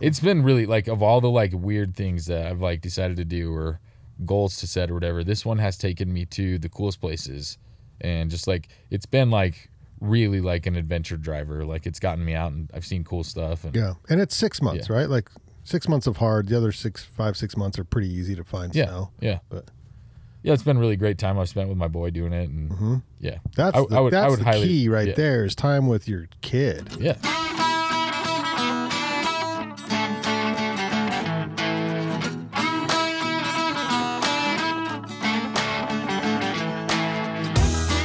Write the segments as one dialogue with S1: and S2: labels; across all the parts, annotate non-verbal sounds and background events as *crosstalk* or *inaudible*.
S1: it's been really like of all the like weird things that I've like decided to do or goals to set or whatever. This one has taken me to the coolest places, and just like it's been like really like an adventure driver. Like it's gotten me out and I've seen cool stuff. And
S2: Yeah, and it's six months, right? Like six months of hard. The other six, five, six months are pretty easy to find
S1: yeah,
S2: snow.
S1: yeah,
S2: But
S1: yeah. It's been really great time I've spent with my boy doing it, and yeah,
S2: that's
S1: I,
S2: the,
S1: I would,
S2: that's
S1: I would
S2: the
S1: highly,
S2: key right
S1: yeah,
S2: there is time with your kid.
S1: Yeah.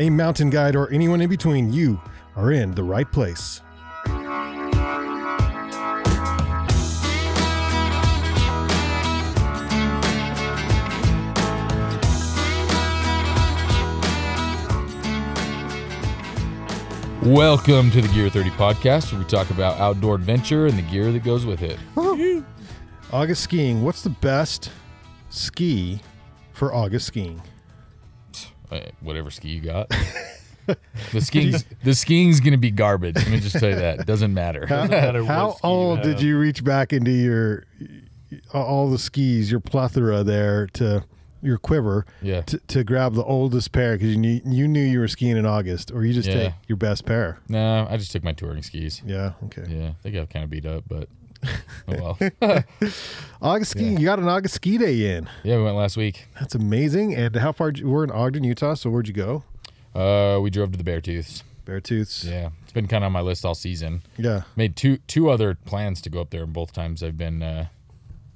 S2: a mountain guide, or anyone in between, you are in the right place.
S1: Welcome to the Gear 30 podcast, where we talk about outdoor adventure and the gear that goes with it.
S2: August skiing. What's the best ski for August skiing?
S1: Uh, Whatever ski you got. The skiing's the skiing's gonna be garbage. Let me just tell you that. Doesn't matter.
S3: matter what
S2: How
S3: ski you
S2: old
S3: have.
S2: did you reach back into your uh, all the skis, your plethora there to your quiver
S1: *laughs* Yeah.
S2: to, to grab the oldest pair because you knew, you knew you were skiing in August, or you just
S1: Yeah.
S2: take your best pair?
S1: No, I just took my touring skis.
S2: Yeah. Okay.
S1: Yeah, they got kind of beat up,
S3: *laughs*
S1: but oh well.
S2: August skiing. You got an August ski day in.
S1: yeah, we went last week.
S2: That's amazing. And how far? did you- We're in Ogden, Utah. So where'd you go?
S1: Uh, we drove to the Beartooths.
S2: Beartooths.
S1: Yeah, it's been kind of on my list all season.
S2: Yeah.
S1: Made two two other plans to go up there, and both times I've been uh,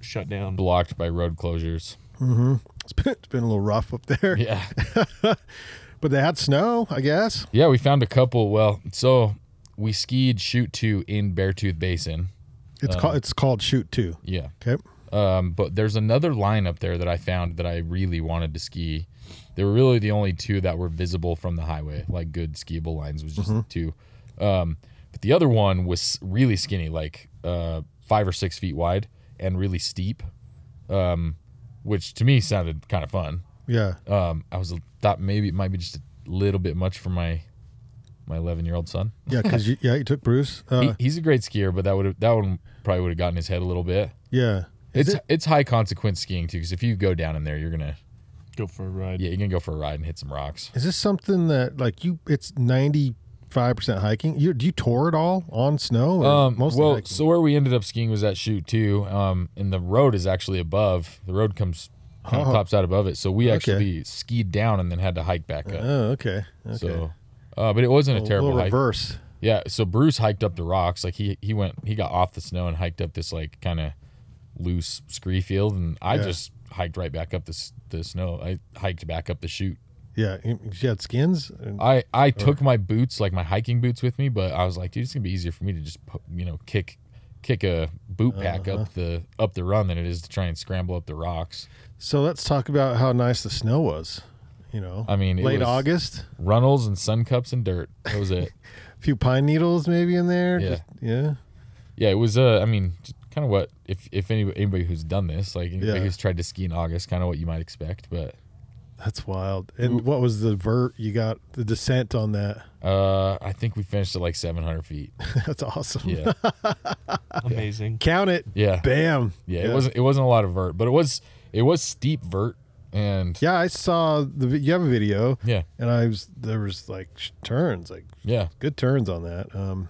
S3: Shut down.
S1: blocked by road closures.
S2: It's been, it's been a little rough up there,
S1: Yeah,
S2: but they had snow, I guess.
S1: yeah, we found a couple. Well, so we skied shoot two in Beartooth Basin.
S2: It's
S1: Uh,
S2: called it's called shoot two.
S1: Yeah,
S2: Okay.
S1: Um, but there's another line up there that I found that I really wanted to ski. They were really the only two that were visible from the highway, like good skiable lines was just the two. Um, but the other one was really skinny, like uh, five or six feet wide and really steep, um, which to me sounded kind of fun.
S2: Yeah.
S1: Um, I was thought maybe it might be just a little bit much for my my 11 year old son.
S2: Yeah.
S1: *laughs*
S2: Cause you, yeah, you took Bruce. Uh,
S1: he, he's a great skier, but that would that one probably would have gotten his head a little bit.
S2: yeah. Is
S1: It's
S2: it-
S1: it's high consequence skiing too, because if you go down in there, you're gonna
S3: Go for a ride.
S1: yeah, you're gonna go for a ride and hit some rocks.
S2: is this something that like you? It's ninety five percent hiking. You do you tour at all on snow? Or
S1: Um,
S2: mostly
S1: well,
S2: hiking?
S1: so where we ended up skiing was at Chute Two, um, and the road is actually above. The road comes kind of
S2: Oh.
S1: pops out above it, so we
S2: Okay.
S1: actually skied down and then had to hike back up.
S2: Oh, okay. Okay.
S1: So, uh, but it wasn't a terrible
S2: little
S1: hike.
S2: reverse.
S1: Yeah, so Bruce hiked up the rocks. Like he he went he got off the snow and hiked up this like kind of loose scree field, and I
S2: Yeah.
S1: just hiked right back up this the snow. I hiked back up the chute.
S2: Yeah. You you had skins. And-
S1: I I took my boots, like my hiking boots, with me, but I was like, dude, it's gonna be easier for me to just pu- you know kick kick a boot pack
S2: Uh-huh.
S1: up the up the run than it is to try and scramble up the rocks.
S2: So let's talk about how nice the snow was. You know,
S1: I mean, it
S2: late
S1: was-
S2: August,
S1: Runnels and sun cups and dirt. That was
S2: *laughs*
S1: it.
S2: a few pine needles maybe in there.
S1: Yeah.
S2: Just, yeah.
S1: yeah, it was. Uh, I mean, kind of what if if anybody, anybody who's done this, like anybody
S2: Yeah.
S1: who's tried to ski in August, kind of what you might expect. But
S2: That's wild. And what was the vert you got the descent on that? *laughs*
S1: uh, I think we finished at like 700 feet.
S2: That's awesome.
S1: Yeah,
S2: *laughs*
S3: Amazing.
S2: Count it.
S1: yeah, yeah.
S2: Bam.
S1: It wasn't it wasn't a lot of vert, but it was it was steep vert and
S2: Yeah, I saw the vi- you have a video
S1: yeah
S2: and I was there was like sh- turns, like
S1: yeah.
S2: good turns on that. Um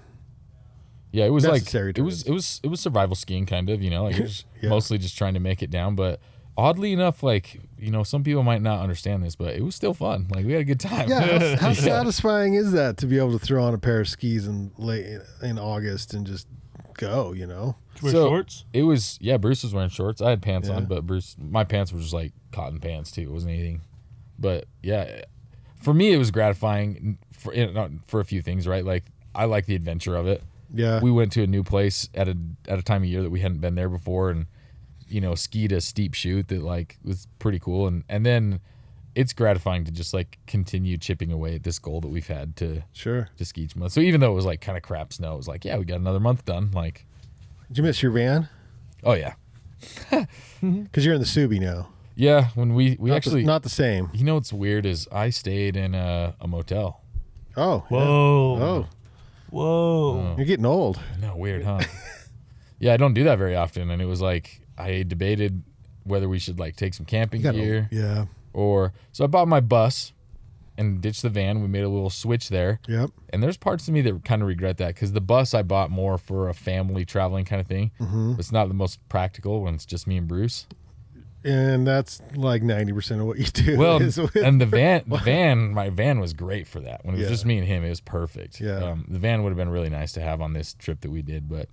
S1: Yeah, it was like
S2: Necessary
S1: it was it was it was survival skiing kind of, you know, like it was
S2: *laughs* Yeah.
S1: mostly just trying to make it down, but oddly enough like, you know, some people might not understand this, but it was still fun. Like we had a good time.
S2: *laughs*
S1: *laughs*
S2: yeah, how, how satisfying is that to be able to throw on a pair of skis in late in August and just go, you know?
S3: Did you wear
S1: So-
S3: shorts?
S1: It was yeah, Bruce was wearing shorts. I had pants on,
S2: Yeah.
S1: but Bruce my pants were just like cotton pants too. It wasn't anything. But yeah, for me it was gratifying for you know, not for a few things, right? Like I like the adventure of it.
S2: Yeah.
S1: we went to a new place at a at a time of year that we hadn't been there before and you know, skied a steep chute that like was pretty cool. And and then it's gratifying to just like continue chipping away at this goal that we've had to
S2: Sure.
S1: to ski each month. So even though it was like kind of crap snow, it was like, yeah, we got another month done. Like,
S2: Did you miss your van?
S1: oh yeah.
S2: Because you're in the Subi now.
S1: Yeah, when we we
S2: Not the-
S1: actually
S2: not the same.
S1: you know what's weird is I stayed in a, a motel.
S2: Oh. yeah.
S3: Whoa.
S2: Oh,
S3: Whoa.
S2: you're getting old.
S1: No, weird, huh? *laughs* yeah, I don't do that very often and it was like I debated whether we should like take some camping
S2: You got
S1: gear.
S2: old. Yeah.
S1: or so I bought my bus and ditched the van. We made a little switch there.
S2: Yep.
S1: And there's parts of me that kind of regret that because the bus I bought more for a family traveling kind of thing.
S2: Mm-hmm.
S1: It's not the most practical when it's just me and
S2: *laughs*
S1: Bruce.
S2: And that's like 90% of what you do.
S1: Well,
S2: is *laughs* with-
S1: and the van, the van, my van was great for that. When it was
S2: Yeah.
S1: just me and him, it was perfect.
S2: Yeah.
S1: Um, the van would have been really nice to have on this trip that we did, but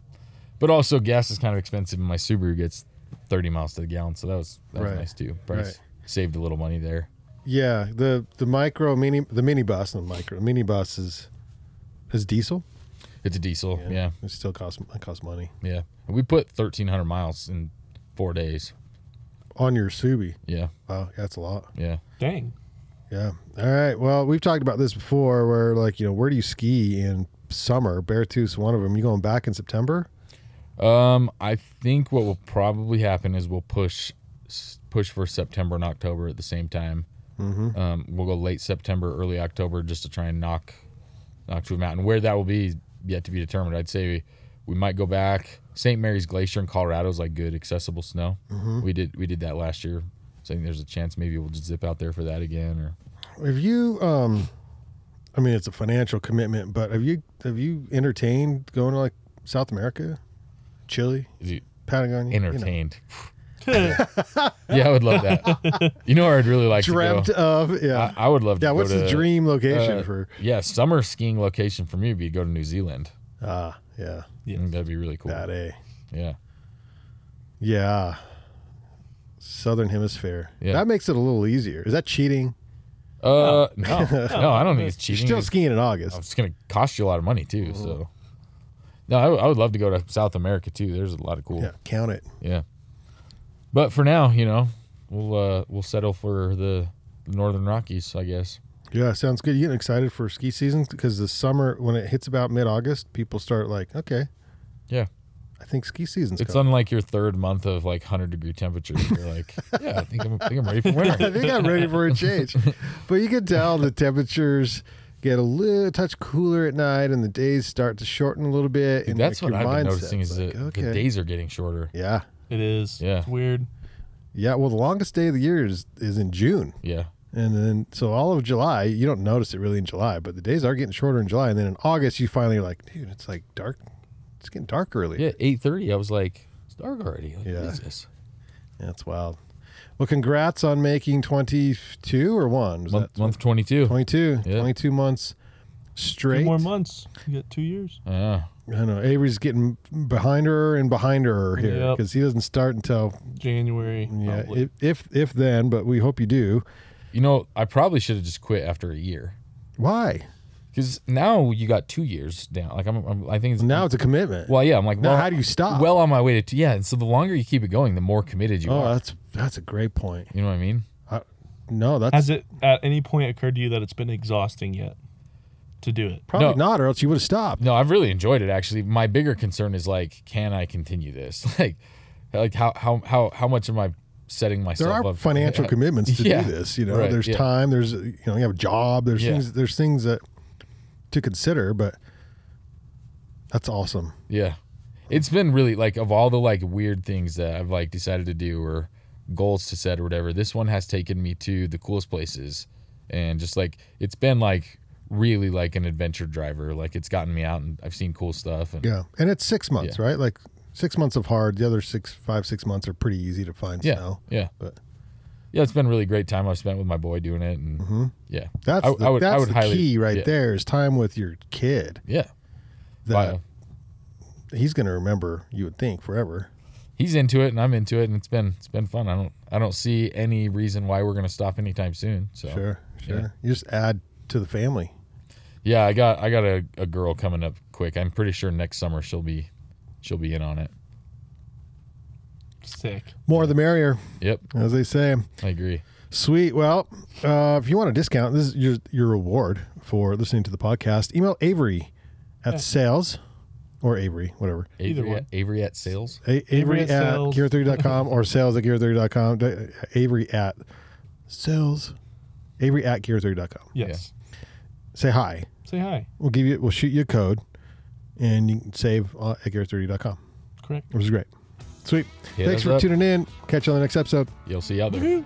S1: but also gas is kind of expensive, and my Subaru gets 30 miles to the gallon, so that was that
S2: Right.
S1: was nice too. Price
S2: Right.
S1: saved a little money there.
S2: yeah. The the micro mini, the mini bus, not micro, mini bus is, is diesel.
S1: It's a diesel, yeah.
S2: It still costs, it costs money
S1: Yeah. And we put 1,300 miles in four days.
S2: on your Subi.
S1: Yeah.
S2: Wow. That's a lot.
S1: Yeah.
S3: Dang.
S2: Yeah. All right. Well, we've talked about this before where, like, you know, where do you ski in summer? Bear Tooth's one of them. You going back in September?
S1: Um, I think what will probably happen is we'll push s- push for September and October at the same time. Mm-hmm. Um, we'll go late September, early October, just to try and knock knock to a mountain. Where that will be is yet to be determined. I'd say we, we might go back. St. Mary's Glacier in Colorado is like good accessible snow.
S2: mm-hmm.
S1: We did we did that last year. So I think there's a chance maybe we'll just zip out there for that again. Or
S2: Have you, um, I mean, it's a financial commitment, but have you, have you entertained going to like South America, Chile,
S1: is it
S2: Patagonia? you know, *laughs*
S1: entertained? Yeah, I would love that. you know where I'd really *laughs* like
S2: dreamt
S1: to go?
S2: of. Yeah.
S1: I, I would love to
S2: yeah.
S1: go
S2: What's
S1: to,
S2: the dream location
S1: uh,
S2: for,
S1: Yeah, summer skiing location for me would be to go to New Zealand.
S2: ah, yeah.
S1: I think that'd be really cool.
S2: That A.
S1: Yeah.
S2: Yeah. Southern hemisphere.
S1: Yeah.
S2: That makes it a little easier. Is that cheating?
S1: Uh, no. no,
S2: *laughs*
S1: I don't think it's
S2: You're
S1: cheating.
S2: still Uh-huh.
S1: It's,
S2: skiing in August.
S1: it's going to cost you a lot of money too. So, no, I, w- I would love to go to South America too. There's a lot of cool.
S2: Yeah. Count it.
S1: yeah. But for now, you know, we'll uh, we'll settle for the Northern Rockies, I guess.
S2: Yeah, sounds good. You getting excited for ski season because the summer when it hits about mid-August, people start like, okay,
S1: Yeah.
S2: I think ski season's
S1: It's
S2: coming.
S1: unlike your third month of like 100 degree temperatures. You're
S2: *laughs*
S1: like, yeah, I think I'm, I think I'm ready for winter.
S2: I think I'm ready for a change, but you can tell the temperatures get a little touch cooler at night, and the days start to shorten a little bit.
S1: Dude,
S2: and
S1: that's
S2: like,
S1: what
S2: your
S1: I've been
S2: mindset's
S1: noticing is
S2: like,
S1: that the days are getting shorter.
S2: Yeah,
S3: It is.
S1: Yeah.
S3: It's weird.
S2: yeah. Well, the longest day of the year is is in June,
S1: Yeah.
S2: and then so all of July you don't notice it really in July, but the days are getting shorter in July, and then in August you finally are like, dude, it's like dark. It's getting dark early.
S1: Yeah, 8:30. I was like, it's dark already. Like,
S2: Yeah.
S1: What is this?
S2: That's wild. Well, congrats on making 22 or one. Was
S1: Month,
S2: that
S1: month 22.
S2: 22?
S1: Yeah.
S2: 22 months straight.
S3: Two more months. You got two years.
S1: Yeah.
S2: I don't know. Avery's getting behind her and behind her here
S3: Yep.
S2: because he doesn't start until,
S3: January.
S2: yeah,
S1: Oh,
S3: probably.
S2: if, if if then, but we hope you do.
S1: You know, I probably should have just quit after a year
S2: Why?
S1: because now you got two years down. Like I'm, I'm I think it's
S2: Now it's a commitment.
S1: Well, yeah. I'm like,
S2: now,
S1: well,
S2: how do you stop?
S1: well on my way to two. Yeah. And so the longer you keep it going, the more committed you
S2: oh,
S1: are.
S2: that's that's a great point.
S1: You know what I mean?
S2: I, no, that's
S3: Has it at any point occurred to you that it's been exhausting yet to do it?
S2: probably
S1: No.
S2: not, or else you would have stopped.
S1: No, I've really enjoyed it actually. My bigger concern is like, can I continue this? *laughs* Like, like how how how how much am I setting
S2: there
S1: myself
S2: are
S1: up?
S2: financial
S1: Yeah.
S2: commitments to
S1: Yeah.
S2: do this. You know,
S1: Right,
S2: there's
S1: yeah.
S2: time. There's you know, you have a job. There's
S1: Yeah.
S2: things. There's things that to consider. But that's awesome.
S1: Yeah. It's been really like of all the like weird things that I've like decided to do or goals to set or whatever, this one has taken me to the coolest places and just like it's been like really like an adventure driver. Like it's gotten me out and I've seen cool stuff and
S2: Yeah, and it's six months, right? Like six months of hard. The other six, five, six months are pretty easy to find
S1: yeah.
S2: snow.
S1: Yeah.
S2: But
S1: Yeah, it's been really great time I've spent with my boy doing it and yeah.
S2: Mm-hmm. that's
S1: I-
S2: the,
S1: I would- I
S2: that's
S1: would
S2: the
S1: highly-
S2: key right
S1: yeah.
S2: there is time with your kid
S1: Yeah.
S2: that
S1: Wow.
S2: he's going to remember. You would think forever.
S1: He's into it and I'm into it and it's been it's been fun. I don't I don't see any reason why we're gonna stop anytime soon. So
S2: Sure, sure. You just add to the family.
S1: yeah, I got I got a, a girl coming up quick. I'm pretty sure next summer she'll be she'll be in on it.
S3: Sick.
S2: More the merrier,
S1: Yep,
S2: as they say.
S1: I agree.
S2: Sweet. Well, uh, if you want a discount, this is your your reward for listening to the podcast. Email Avery at sales or Avery, whatever.
S3: Either
S1: Avery,
S3: one.
S1: Avery at sales.
S2: A- Avery,
S3: Avery
S2: at,
S3: at
S2: at
S3: sales.
S1: *laughs*
S2: gear30.com or sales at gear30.com. D- Avery at sales. Avery at gear30.com.
S3: Yes.
S2: Say hi.
S3: Say hi.
S2: We'll give you. We'll shoot you a code, and you can save uh, at gear30.com,
S3: Correct.
S2: which is great. Sweet.
S1: Hit
S2: Thanks
S1: us
S2: for
S1: up.
S2: tuning in. Catch you on the next episode.
S1: You'll see out there.
S3: Woohoo.